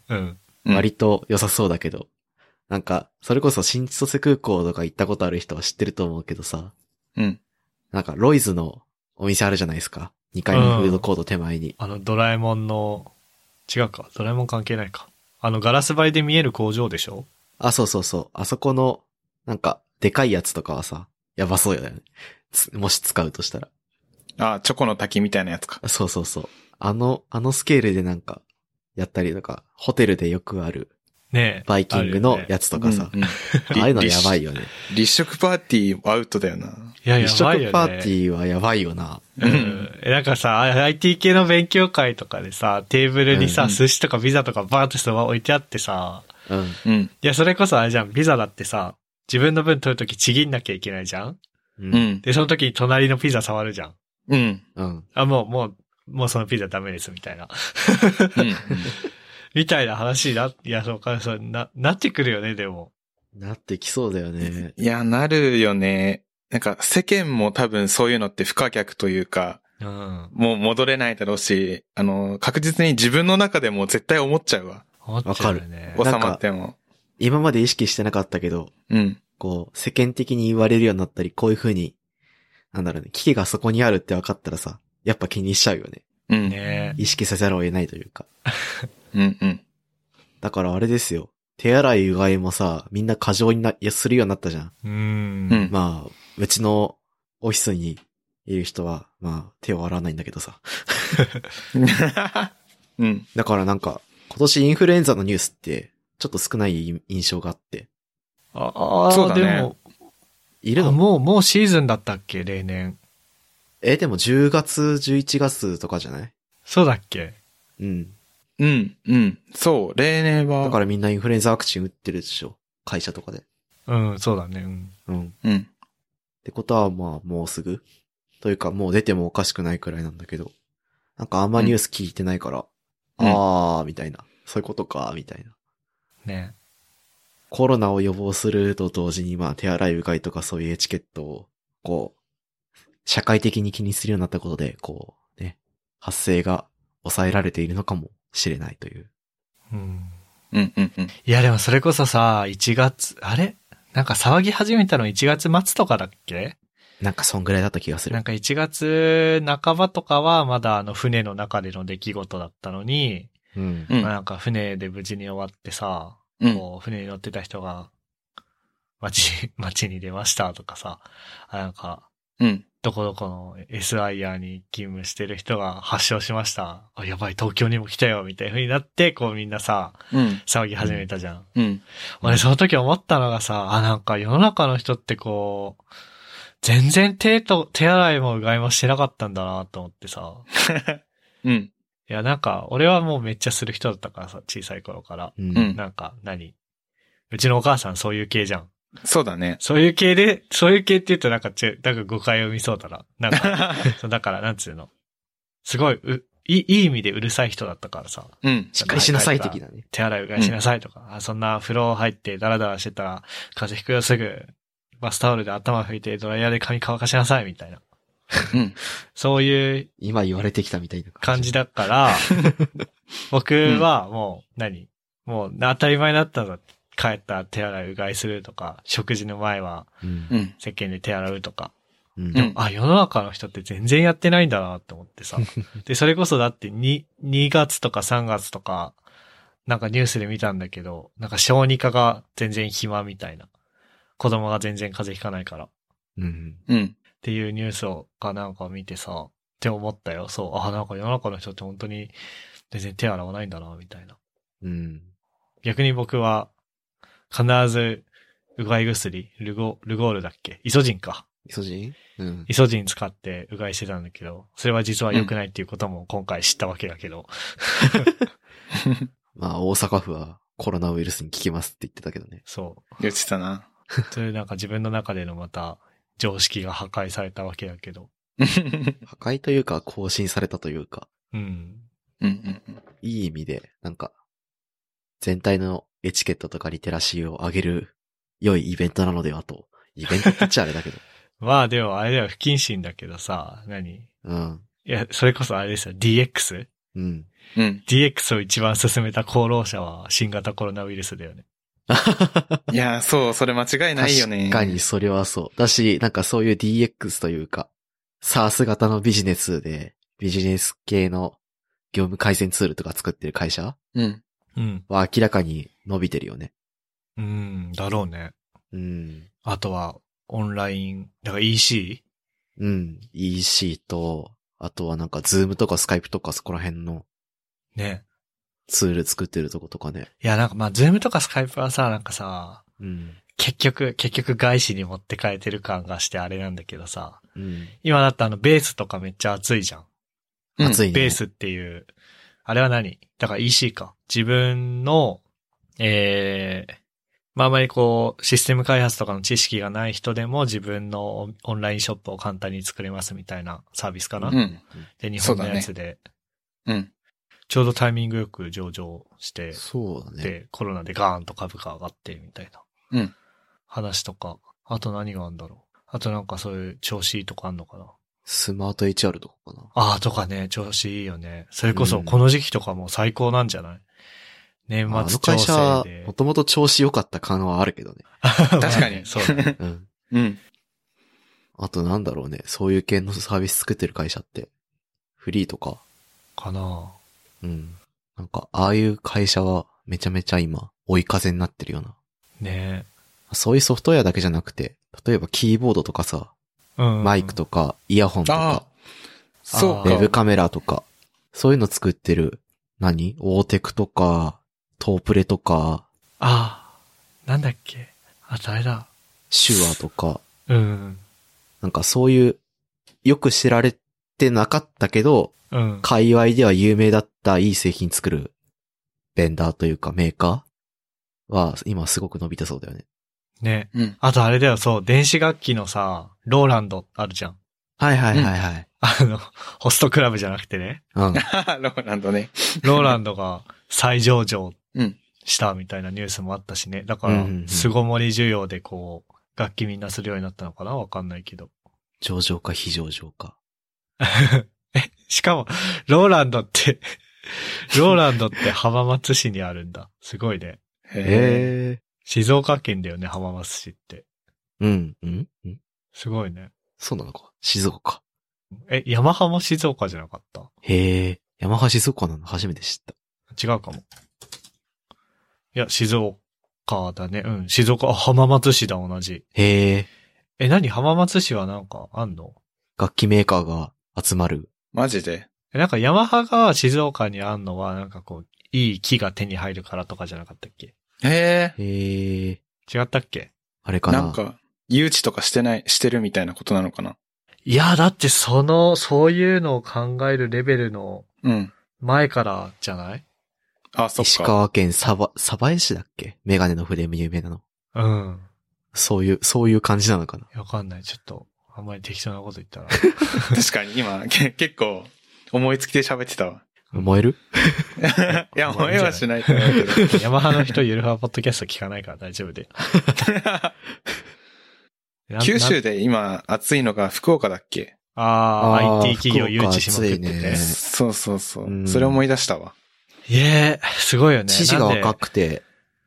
Speaker 1: うん。
Speaker 2: うん
Speaker 3: 割と良さそうだけど、なんか、それこそ新千歳空港とか行ったことある人は知ってると思うけどさ、
Speaker 2: うん。
Speaker 3: なんかロイズのお店あるじゃないですか。2階のフードコート手前に。
Speaker 1: あの、ドラえもんの、違うか、ドラえもん関係ないか。あの、ガラス張りで見える工場でしょ
Speaker 3: あ、そうそうそう。あそこの、なんか、でかいやつとかはさ、やばそうよね。つもし使うとしたら。
Speaker 2: あ、チョコの滝みたいなやつか。
Speaker 3: そうそうそう。あの、あのスケールでなんか、やったりとか、ホテルでよくある、
Speaker 1: ねえ。
Speaker 3: バイキングのや
Speaker 1: つ。
Speaker 3: つとかさ、
Speaker 2: うんうん
Speaker 3: ああいうのやばいよね。
Speaker 2: 立食パーティーアウトだよな。
Speaker 1: いや、や
Speaker 3: 一
Speaker 1: ばいよね。
Speaker 3: 食パーティーはやばいよな。
Speaker 1: う
Speaker 2: うん
Speaker 1: ん。えなんかさ、IT 系の勉強会とかでさ、テーブルにさ、
Speaker 2: うん
Speaker 1: 寿司とかピザとかバーってそのまま置いてあってさ、
Speaker 3: うん。
Speaker 2: うん。
Speaker 1: いや、それこそあれじゃん、ピザだってさ、自分の分取るときちぎんなきゃいけないじゃん
Speaker 3: うん。
Speaker 2: うん。
Speaker 1: で、その時に隣のピザ触るじゃん。
Speaker 2: うん。
Speaker 3: うん。
Speaker 1: あ、もう、もう、もうそのピザダメです、みたいな。
Speaker 2: うん。
Speaker 1: みたいな話にな、いや、そうか、そう、な、なってくるよね、でも。
Speaker 3: なってきそうだよね。
Speaker 2: いや、なるよね。なんか世間も多分そういうのって不可逆というか、
Speaker 1: うん。
Speaker 2: もう戻れないだろうし、あの、確実に自分の中でも絶対思っちゃうわ。
Speaker 1: 思っちゃうよね。
Speaker 2: 収まっても。
Speaker 3: 今まで意識してなかったけど、
Speaker 2: うん。
Speaker 3: こう、世間的に言われるようになったり、こういう風に、なんだろうね、危機がそこにあるって分かったらさ、やっぱ気にしちゃうよね。
Speaker 2: うん。
Speaker 1: ね
Speaker 3: 意識せざるを得ないというか。
Speaker 2: うんうん。
Speaker 3: だからあれですよ。手洗い、うがいもさ、みんな過剰にな、いやするようになったじゃん。
Speaker 1: う。
Speaker 2: うんん。
Speaker 3: まあ、うちのオフィスにいる人は、まあ、手を洗わないんだけどさ。
Speaker 2: うん。
Speaker 3: だからなんか、今年インフルエンザのニュースって、ちょっと少ない印象があって。
Speaker 1: ああー
Speaker 2: そうだね
Speaker 1: でも、
Speaker 3: いる
Speaker 1: あ
Speaker 3: の
Speaker 1: もう、もうシーズンだったっけ、例年。
Speaker 3: え、でも10月、11月とかじゃない
Speaker 1: そうだっけ
Speaker 3: うん。
Speaker 2: うん。うん。そう。例年は。
Speaker 3: だからみんなインフルエンザワクチン打ってるでしょ。会社とかで。
Speaker 1: うん、そうだね。うん。
Speaker 3: うん。っ
Speaker 2: うん。
Speaker 3: てことはまあ、もうすぐ。というか、もう出てもおかしくないくらいなんだけど。なんかあんまニュース聞いてないから、
Speaker 2: うん
Speaker 3: あー、みたいな。そういうことか、みたいな。
Speaker 1: ね。
Speaker 3: コロナを予防すると同時に、まあ、手洗いうがいとかそういうエチケットを、こう、社会的に気にするようになったことで、こう、ね、発生が抑えられているのかもしれないという。
Speaker 1: うん。
Speaker 2: うんうんうん。
Speaker 1: いや、でもそれこそさ、1月、あれなんか騒ぎ始めたの1月末とかだっけ
Speaker 3: なんかそんぐらいだった気がする。
Speaker 1: なんか1月半ばとかはまだあの船の中での出来事だったのに、
Speaker 3: うん。
Speaker 2: うん
Speaker 1: まあなんか船で無事に終わってさ、
Speaker 2: うん。
Speaker 1: こう船に乗ってた人が街、 街に出ましたとかさ、あなんか
Speaker 2: うん。
Speaker 1: どこどこの SIR に勤務してる人が発症しました。あ、やばい、東京にも来たよ、みたいな風になって、こうみんなさ、
Speaker 2: うん。
Speaker 1: 騒ぎ始めたじゃん。
Speaker 2: うん。
Speaker 1: 俺その時思ったのがさ、あ、なんか世の中の人ってこう、全然手と、手洗いもうがいもしてなかったんだなと思ってさ。
Speaker 2: うん。
Speaker 1: いや、なんか、俺はもうめっちゃする人だったからさ、小さい頃から。
Speaker 3: うん
Speaker 2: うん
Speaker 1: なんか何、うちのお母さんそういう系じゃん。
Speaker 2: そうだね。
Speaker 1: そういう系で、そういう系って言うとなんかち、なんか誤解を見そうだな。なん か、そうだから、なんつうの。すごい、う、いい、いい意味でうるさい人だったからさ。
Speaker 2: うん。
Speaker 3: しっかりしなさい的なね。
Speaker 1: 手洗いうがいしなさいとか、あそんな風呂入ってダラダラしてたら風邪ひくよすぐ、バスタオルで頭拭いてドライヤーで髪乾かしなさいみたいな。
Speaker 2: うん。
Speaker 1: そういう
Speaker 3: 今言われてきたみたいな
Speaker 1: 感じ。だ から、僕はもう何、もう当たり前だったの。帰ったら手洗いうがいするとか、食事の前は
Speaker 3: うん
Speaker 2: う。ん。
Speaker 1: 石鹸で手洗うとか。
Speaker 3: うん
Speaker 2: でも
Speaker 1: あ、世の中の人って全然やってないんだなって思ってさ。で、それこそだって2、2月とか3月とか、なんかニュースで見たんだけど、なんか小児科が全然暇みたいな。子供が全然風邪ひかないから。っ
Speaker 3: うん。
Speaker 2: うん。
Speaker 1: ていうニュースを、かなんか見てさ、って思ったよ。そう、あ、なんか世の中の人って本当に全然手洗わないんだな、みたいな。
Speaker 3: うん。
Speaker 1: 逆に僕は、必ず、うがい薬、ルゴ、ルゴールだっけイソジンか。
Speaker 3: イソジンうん。
Speaker 1: イソジン使ってうがいしてたんだけど、それは実は良くないっていうことも今回知ったわけだけど。
Speaker 3: まあ、大阪府はコロナウイルスに効きますって言ってたけどね。
Speaker 1: そ
Speaker 2: 言ってたな。
Speaker 1: う。というなんか自分の中でのまた常識が破壊されたわけだけど。
Speaker 2: うん
Speaker 3: 破壊というか、更新されたというか、
Speaker 1: うん。
Speaker 2: うん
Speaker 3: いい意味で、なんか、全体のエチケットとかリテラシーを上げる良いイベントなのではと。イベントって言っちゃあれだ けど。
Speaker 1: まあでもあれでは不謹慎だけどさ、何い
Speaker 3: うん。
Speaker 1: や、それこそあれですよ、DX?DX
Speaker 3: うん。
Speaker 2: うん。
Speaker 1: を一番進めた功労者は新型コロナウイルスだよね。
Speaker 2: いやー、そう、それ間違いないよね。
Speaker 3: 確かにそれはそう。だし、なんかそういう DX というか、SaaS 型のビジネスで、ビジネス系の業務改善ツールとか作ってる会社
Speaker 2: うん。
Speaker 1: うん。
Speaker 3: は明らかに伸びてるよね。
Speaker 1: うん、だろうね。
Speaker 3: うん。
Speaker 1: あとは、オンライン、だから EC?
Speaker 3: うん。EC と、あとはなんか Zoom とか Skype とかそこら辺の
Speaker 1: ね。
Speaker 3: ツール作ってるとことかね。
Speaker 1: いや、なんかまあ、ズームとかスカイプはさ、なんかさ、
Speaker 3: うん。
Speaker 1: 結局、結局外資に持ってかれてる感がしてあれなんだけどさ、
Speaker 3: うん。
Speaker 1: 今だってあの、ベースとかめっちゃ熱いじゃん。
Speaker 2: うん
Speaker 3: 熱いね。
Speaker 1: ベースっていう、あれは何だから EC か。自分の、ええまああまりこう、システム開発とかの知識がない人でも自分のオンラインショップを簡単に作れますみたいなサービスかな。
Speaker 2: うん。
Speaker 1: で、日本のやつで、
Speaker 2: うん。
Speaker 1: ちょうどタイミングよく上場して、
Speaker 3: そうだね。
Speaker 1: で、コロナでガーンと株価上がってみたいな。
Speaker 2: うん
Speaker 1: 話とか、あと何があるんだろう。あとなんかそういう調子いいとかあんのかな。
Speaker 3: スマート HR とかかな。
Speaker 1: ああ、とかね、調子いいよね。それこ
Speaker 3: う
Speaker 1: そ、
Speaker 3: ん
Speaker 1: この時期とかもう最高なんじゃない、
Speaker 3: まあ
Speaker 1: 年
Speaker 3: あ
Speaker 1: 末調
Speaker 3: の会
Speaker 1: 整
Speaker 3: 社
Speaker 1: で、
Speaker 3: も。ともと調子良かった感はあるけどね。
Speaker 2: 確かに。
Speaker 1: そうだね。
Speaker 3: う ん。
Speaker 2: うん。
Speaker 3: あとなんだろうね。そういう系のサービス作ってる会社って。フリーとか。
Speaker 1: かな
Speaker 3: うん。なんか、ああいう会社はめちゃめちゃ今、追い風になってるような。
Speaker 1: ね
Speaker 3: そういうソフトウェアだけじゃなくて、例えばキーボードとかさ、
Speaker 1: うん。
Speaker 3: マイクとか、イヤホンと
Speaker 2: ああ
Speaker 3: か、。
Speaker 2: そう
Speaker 3: ウ
Speaker 2: か。
Speaker 3: ェブカメラとか、そういうの作ってる、何オーテクとか、トープレとか、
Speaker 1: ああ、なんだっけ。あとあれだ。
Speaker 3: シュアとか、
Speaker 1: うん。
Speaker 3: なんかそういう、よく知られてなかったけど、
Speaker 1: うん。
Speaker 3: 界隈では有名だったいい製品作る、ベンダーというかメーカーは、今すごく伸びたそうだよね。
Speaker 1: ね
Speaker 2: うん。
Speaker 1: あとあれだよ、そう、電子楽器のさ、ローランドあるじゃん。
Speaker 3: はいはいはいはい。
Speaker 1: あの、ホストクラブじゃなくてね。
Speaker 3: うん。
Speaker 2: ローランドね。
Speaker 1: ローランドが再上場
Speaker 2: うん
Speaker 1: したみたいなニュースもあったしね。だか
Speaker 3: う
Speaker 1: ら
Speaker 3: んうんう、ん
Speaker 1: 巣ごもり需要でこう、楽器みんなするようになったのかなわかんないけど。
Speaker 3: 上場か非上場か。
Speaker 1: しかも、ローランドって、 ローランドって浜松市にあるんだ。すごいね。
Speaker 2: へ
Speaker 3: え。
Speaker 1: 静岡県だよね、浜松市って。
Speaker 3: うん、うん、うん。
Speaker 1: すごいね。
Speaker 3: そうなのか。静岡か。
Speaker 1: え、ヤマハも静岡じゃなかった
Speaker 3: へえ。山橋静岡なの初めて知った。
Speaker 1: 違うかも。いや、静岡だね。うん、静岡、あ浜松市だ、同じ。
Speaker 3: へえ。
Speaker 1: え、何浜松市はなんかあんの
Speaker 3: 楽器メーカーが集まる。
Speaker 2: マジで
Speaker 1: えなんかヤマハが静岡にあんのは、なんかこう、いい木が手に入るからとかじゃなかったっけ
Speaker 2: へえ。
Speaker 3: へえ。
Speaker 1: 違ったっけ
Speaker 3: あれかな。
Speaker 2: なんか、誘致とかしてない、してるみたいなことなのかな。
Speaker 1: いや、だってその、そういうのを考えるレベルの
Speaker 2: うん。
Speaker 1: 前からじゃない
Speaker 2: あ、そっ
Speaker 3: 石
Speaker 2: か。
Speaker 3: 川県鯖、鯖江市だっけメガネのフレーム有名なの。
Speaker 1: うん。
Speaker 3: そういう、そういう感じなのかな。
Speaker 1: わかんない。ちょっと、あんまり適当なこと言ったら。
Speaker 2: 確かに今、け結構、思いつきで喋ってたわ。
Speaker 3: 燃える
Speaker 2: い
Speaker 1: ま
Speaker 2: や、
Speaker 1: あ
Speaker 2: 思いはしないと思うけど。
Speaker 1: ヤマハの人、ゆるふわポッドキャスト聞かないから大丈夫で。な
Speaker 2: 九州
Speaker 1: な
Speaker 2: で今、暑いのが福岡だっけ
Speaker 1: あ
Speaker 3: あ
Speaker 1: あ、
Speaker 3: ー
Speaker 1: IT 企業誘致しまくって
Speaker 3: 福岡暑い
Speaker 1: ね
Speaker 3: ね。
Speaker 2: そうそうそうう。
Speaker 3: ん
Speaker 2: それ思い出したわ。
Speaker 1: いえ、すごいよね。
Speaker 3: 知事が
Speaker 1: なん
Speaker 3: 若
Speaker 1: で
Speaker 3: くて、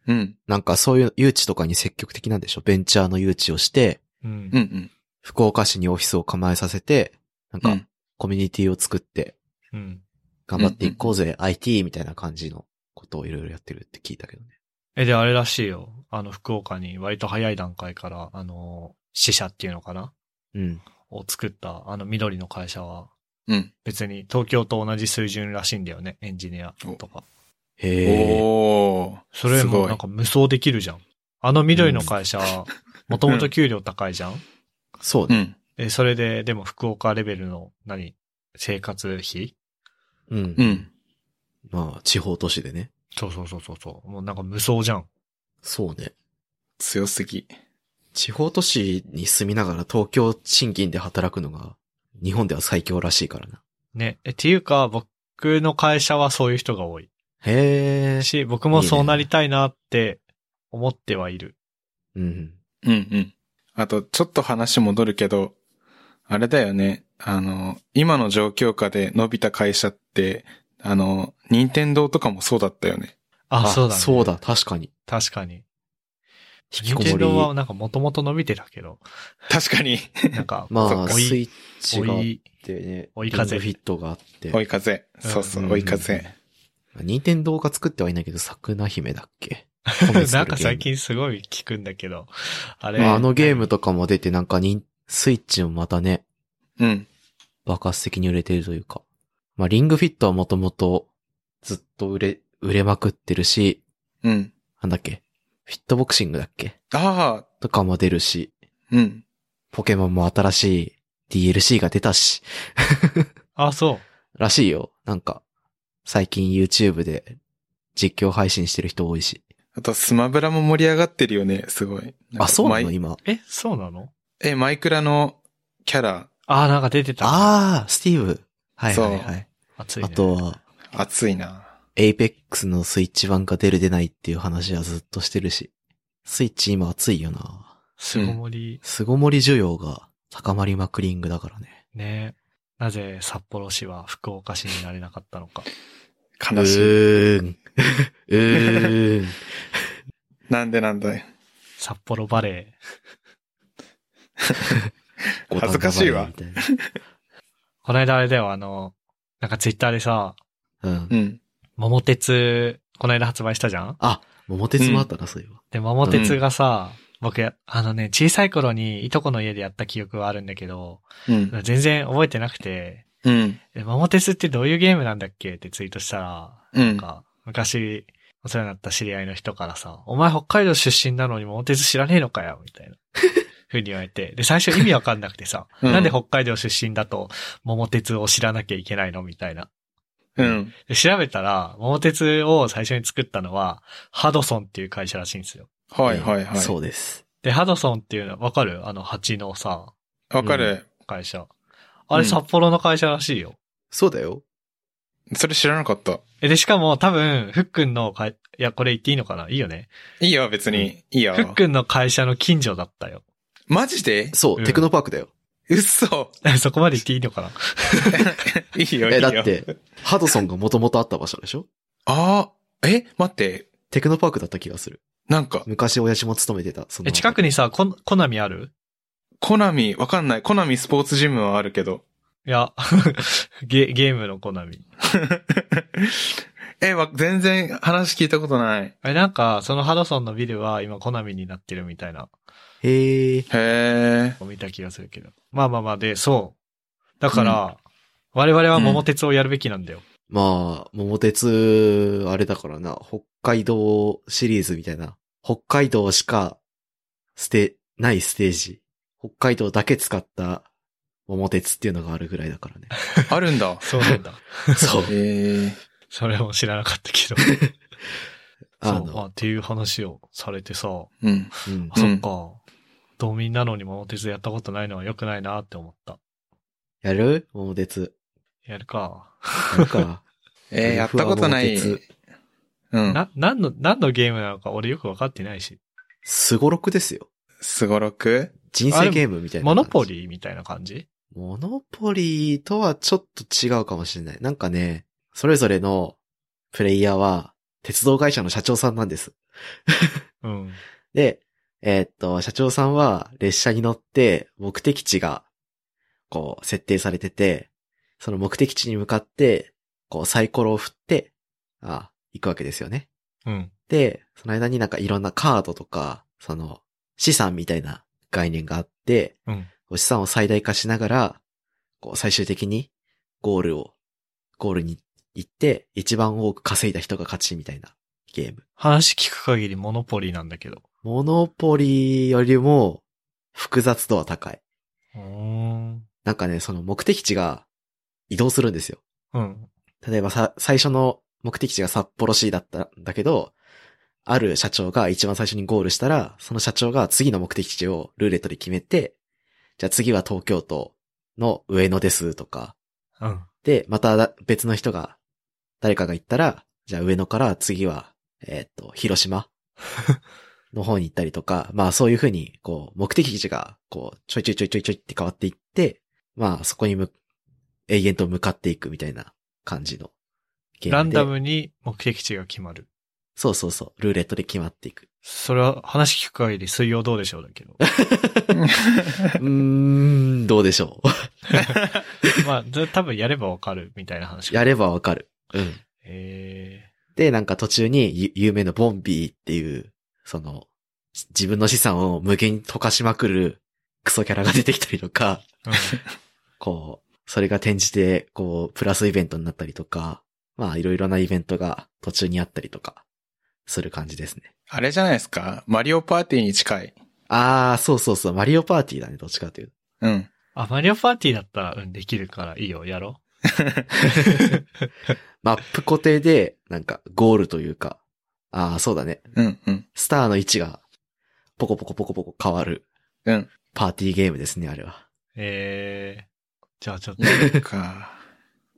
Speaker 2: うん。
Speaker 3: なんかそういう誘致とかに積極的なんでしょベンチャーの誘致をして、
Speaker 1: うん
Speaker 2: うんうん。
Speaker 3: 福岡市にオフィスを構えさせて、なん
Speaker 2: う
Speaker 3: か
Speaker 2: ん
Speaker 3: コミュニティを作って、
Speaker 1: うん。
Speaker 3: 頑張っていこうぜ、IT みたいな感じのことをいろいろやってるって聞いたけどね。
Speaker 1: え、で、あれらしいよ。あの、福岡に割と早い段階から、あの、死者っていうのかな
Speaker 3: うん。
Speaker 1: を作った、あの、緑の会社は、
Speaker 2: うん。
Speaker 1: 別に東京と同じ水準らしいんだよね。エンジニアとか。
Speaker 3: へえ。
Speaker 2: おー。
Speaker 1: それ
Speaker 2: す
Speaker 1: も
Speaker 2: ご
Speaker 1: なん
Speaker 2: い。
Speaker 1: か無双できるじゃん。あの緑の会社、もともと給料高いじゃん。
Speaker 3: そう
Speaker 2: う
Speaker 3: ね。
Speaker 2: ん。
Speaker 1: で、それで、でも福岡レベルの、何生活費
Speaker 3: うん。
Speaker 2: うん。
Speaker 3: まあ、地方都市でね。
Speaker 1: そうそうそうそうそう。もうなんか無双じゃん。
Speaker 3: そうね。
Speaker 2: 強すぎ。
Speaker 3: 地方都市に住みながら東京賃金で働くのが、日本では最強らしいからな。
Speaker 1: ね。え、っていうか、僕の会社はそういう人が多い。
Speaker 3: へえ。
Speaker 1: し、僕もそうなりたいなって思ってはいる。
Speaker 3: うん。
Speaker 2: うんうん。あと、ちょっと話戻るけど、あれだよね。あの、今の状況下で伸びた会社って、あの、任天堂とかもそうだったよね。
Speaker 1: あ、そうだね。
Speaker 3: そうだ、確かに。
Speaker 1: 確かに。
Speaker 3: 引き
Speaker 1: 任
Speaker 3: こ
Speaker 1: 天堂
Speaker 3: も
Speaker 1: は
Speaker 3: り。
Speaker 1: なんかもともと伸びてたけど、
Speaker 2: 確かに、
Speaker 1: なんか、
Speaker 3: まあ、
Speaker 1: 追い
Speaker 3: スイッチがあ
Speaker 1: 追
Speaker 3: っ
Speaker 1: い
Speaker 3: てね、
Speaker 1: 追い風
Speaker 3: リングフィットがあって。
Speaker 2: 追い風。そうそうう、
Speaker 1: ん
Speaker 2: 追い風。
Speaker 3: 任天堂が作ってはいないけど、桜姫だっ け
Speaker 1: なんか最。近すごい聞くんだけど、あれ、
Speaker 3: まああのゲームとかも出て、なんかに、スイッチもまたね、
Speaker 2: うん。
Speaker 3: 爆発的に売れてるというか。まあ、リングフィットはもともとずっと売れ、売れまくってるし、
Speaker 2: うん。
Speaker 3: なんだっけフィットボクシングだっけ
Speaker 2: ああ、
Speaker 3: とかも出るし、
Speaker 2: うん。
Speaker 3: ポケモンも新しい DLC が出たし、
Speaker 1: あ、そう。
Speaker 3: らしいよ。なんか、最近 YouTube で実況配信してる人多いし。
Speaker 2: あと、スマブラも盛り上がってるよね、すごい。
Speaker 3: あ、そうな
Speaker 2: マ
Speaker 3: の
Speaker 2: イ
Speaker 3: 今。
Speaker 1: え、そうなの
Speaker 2: え、マイクラのキャラ、
Speaker 1: あ、なんか出てた。
Speaker 3: ああ、スティーブ。はいはいはい。
Speaker 1: 熱い、ね。
Speaker 3: あとは、
Speaker 2: 熱いな。
Speaker 3: エイペックスのスイッチ版が出る出ないっていう話はずっとしてるし。スイッチ今熱いよな。
Speaker 1: 巣ごもり、
Speaker 3: 巣ごもり需要が高まりまくりんぐだからね。
Speaker 1: ね。なぜ札幌市は福岡市になれなかったのか。
Speaker 3: う
Speaker 2: 悲しい。
Speaker 3: ーん。うーん。
Speaker 2: なんでなんだい。
Speaker 1: 札幌バレー。
Speaker 2: 恥ずかしいわ
Speaker 3: 五反田バレーみた
Speaker 1: この間あれだよ、あの、なんかツイッターでさ、
Speaker 3: いな。うん
Speaker 2: う。ん。
Speaker 1: 桃鉄、この間発売したじゃん
Speaker 3: あ、桃鉄もあったな、そういえば。
Speaker 1: で、桃鉄がさ、僕や、あのね、小さい頃にいとこの家でやった記憶はあるんだけど、
Speaker 2: うん。
Speaker 1: 全然覚えてなくて、
Speaker 2: うん。
Speaker 1: え桃鉄ってどういうゲームなんだっけってツイートしたら、
Speaker 2: うん
Speaker 1: なんか、昔、お世話になった知り合いの人からさ、お前北海道出身なのに桃鉄知らねえのかよみたい な。ふうに言われて。で、最初意味わかんなくてさ、
Speaker 2: うん
Speaker 1: なんで北海道出身だと桃鉄を知らなきゃいけないのみたいな。
Speaker 2: うん。
Speaker 1: で、調べたら、桃鉄を最初に作ったのは、ハドソンっていう会社らしいんですよ。
Speaker 2: はいはいはい。
Speaker 3: そうです。
Speaker 1: で、ハドソンっていうのは、わかるあの、蜂のさ、
Speaker 2: わかる。
Speaker 1: 会社。あれ、
Speaker 2: うん
Speaker 1: 札幌の会社らしいよ。
Speaker 3: そうだよ。
Speaker 2: それ知らなかった。
Speaker 1: え、で、しかも多分、ふっくんの会、いや、これ言っていいのかないいよね。
Speaker 2: いいよ、別に。いい よ
Speaker 1: ふ。っくんの会社の近所だったよ。
Speaker 2: マジで
Speaker 3: そう、
Speaker 1: うん
Speaker 3: テクノパークだよ。
Speaker 2: 嘘。
Speaker 1: そこまで言っていいのかない
Speaker 2: いよ、いい
Speaker 3: え、
Speaker 2: よ。
Speaker 3: だって。、ハドソンがもともとあった場所でしょ
Speaker 2: ああ、え、待って。
Speaker 3: テクノパークだった気がする。
Speaker 2: なんか、
Speaker 3: 昔親父も勤めてた。その
Speaker 1: え、近くにさ、コ、コナミある
Speaker 2: コナミ、わかんない。コナミスポーツジムはあるけど。
Speaker 1: いや、 ゲ、ゲームのコナミ。
Speaker 2: え、わ、全然話聞いたことない。
Speaker 1: あれ、なんか、そのハドソンのビルは今コナミになってるみたいな、
Speaker 3: へえ。
Speaker 2: へえ。
Speaker 1: 見た気がするけど。まあまあまあ、で、そう。だから、我々は桃鉄をやるべきなんだよ。
Speaker 3: まあ、桃鉄、あれだからな、北海道シリーズみたいな。北海道しか、捨て、ないステージ。北海道だけ使った、桃鉄っていうのがあるぐらいだからね。
Speaker 2: あるんだ。
Speaker 1: そうなんだ。
Speaker 3: そう。
Speaker 2: へえ。
Speaker 1: それも知らなかったけど。
Speaker 3: あ
Speaker 1: そう、まあ、
Speaker 3: の、
Speaker 1: っていう話をされてさ、
Speaker 2: うん。
Speaker 3: うん
Speaker 1: あ、そっか。道民なのに桃鉄やったことないのは良くないなって思った。
Speaker 3: やる桃鉄。
Speaker 1: やるか。
Speaker 3: やるか。
Speaker 2: えー、やったことない。
Speaker 3: ふわふわ桃鉄
Speaker 2: うん。
Speaker 1: な、何の、何のゲームなのか俺よくわかってないし。
Speaker 3: すごろくですよ。
Speaker 2: すごろく
Speaker 3: 人生ゲームみたいな
Speaker 1: モ
Speaker 3: 感じ。
Speaker 1: ノポリーみたいな感じ
Speaker 3: モノポリーとはちょっと違うかもしれない。なんかね、それぞれのプレイヤーは鉄道会社の社長さんなんです。
Speaker 1: うん。
Speaker 3: で、えーっと、社長さんは列車に乗って目的地がこう設定されてて、その目的地に向かってこうサイコロを振って、あ、行くわけですよね。
Speaker 1: うん。
Speaker 3: で、その間になんかいろんなカードとか、その資産みたいな概念があって、
Speaker 1: うん。
Speaker 3: こう資産を最大化しながら、こう最終的にゴールを、ゴールに行って、一番多く稼いだ人が勝ちみたいなゲーム。
Speaker 1: 話聞く限りモノポリーなんだけど。
Speaker 3: モノポリよりも複雑度は高い。
Speaker 1: うーん。
Speaker 3: なんかね、その目的地が移動するんですよ。
Speaker 1: うん。
Speaker 3: 例えばさ、最初の目的地が札幌市だったんだけど、ある社長が一番最初にゴールしたら、その社長が次の目的地をルーレットで決めて、じゃあ次は東京都の上野ですとか、
Speaker 1: うん。
Speaker 3: で、まただ別の人が、誰かが行ったら、じゃあ上野から次は、えーっと、広 島の方に行ったりとか、まあそういうふうに、こう、目的地が、こう、ちょいちょいちょいちょいちょいって変わっていって、まあそこにむ、永遠と向かっていくみたいな感じのゲームで。
Speaker 1: ランダムに目的地が決まる。
Speaker 3: そうそうそう、ルーレットで決まっていく。
Speaker 1: それは話聞く限り水曜どうでしょうだけど。
Speaker 3: うーん、どうでしょう。
Speaker 1: まあ、ず多分やればわかるみたいな話。
Speaker 3: やればわかる。うん。
Speaker 1: え
Speaker 3: で、なんか途中にゆ有名なボンビーっていう、その、し自分の資産を無限に溶かしまくるクソキャラが出てきたりとか、
Speaker 1: ー
Speaker 3: こう、それが転じて、こう、プラスイベントになったりとか、まあ、いろいろなイベントが途中にあったりとか、する感じですね。
Speaker 2: あれじゃないですか。マリオパーティーに近い。
Speaker 3: あー、そうそうそう、マリオパーティーだね、どっちかというと。
Speaker 2: うん。
Speaker 1: あ、マリオパーティーだったら、うん、できるからいいよ、やろ
Speaker 3: マップ固定で、なんか、ゴールというか、あー、そうだね、
Speaker 2: うん、うん。
Speaker 3: スターの位置が、ポコポコポコポコ変わる、
Speaker 2: うん。
Speaker 3: パーティーゲームですね、あれは。
Speaker 1: う。えー、じゃあちょっと、
Speaker 2: やるか。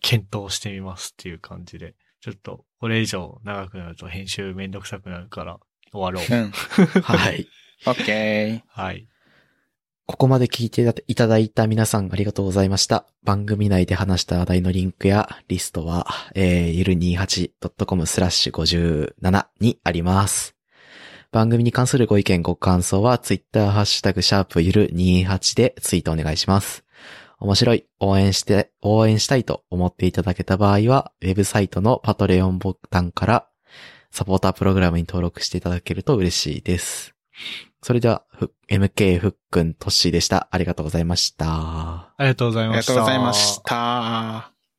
Speaker 1: 検討してみますっていう感じで。ちょっと、これ以上長くなると編集めんどくさくなるから、終わ
Speaker 2: う
Speaker 1: ろう。
Speaker 2: ん。
Speaker 3: はい。
Speaker 2: オッケ
Speaker 1: はい。
Speaker 3: ここまで聞いていただいた皆さんありがとうございました。番組内で話した話題のリンクやリストは、えー、ゆる 28.com スラッシュ57にあります。番組に関するご意見、ご感想は、ツイッターハッシュタグ、シャープゆる28でツイートお願いします。面白い、応援して、応援したいと思っていただけた場合は、ウェブサイトのパトレオンボタンから、サポータープログラムに登録していただけると嬉しいです。それでは、ふ MK ふっくんとっしーでした。ありがとうございました。
Speaker 1: ありがとうござい
Speaker 2: ー。あり
Speaker 1: ま
Speaker 2: が
Speaker 1: し
Speaker 2: と
Speaker 1: た。
Speaker 2: うございました。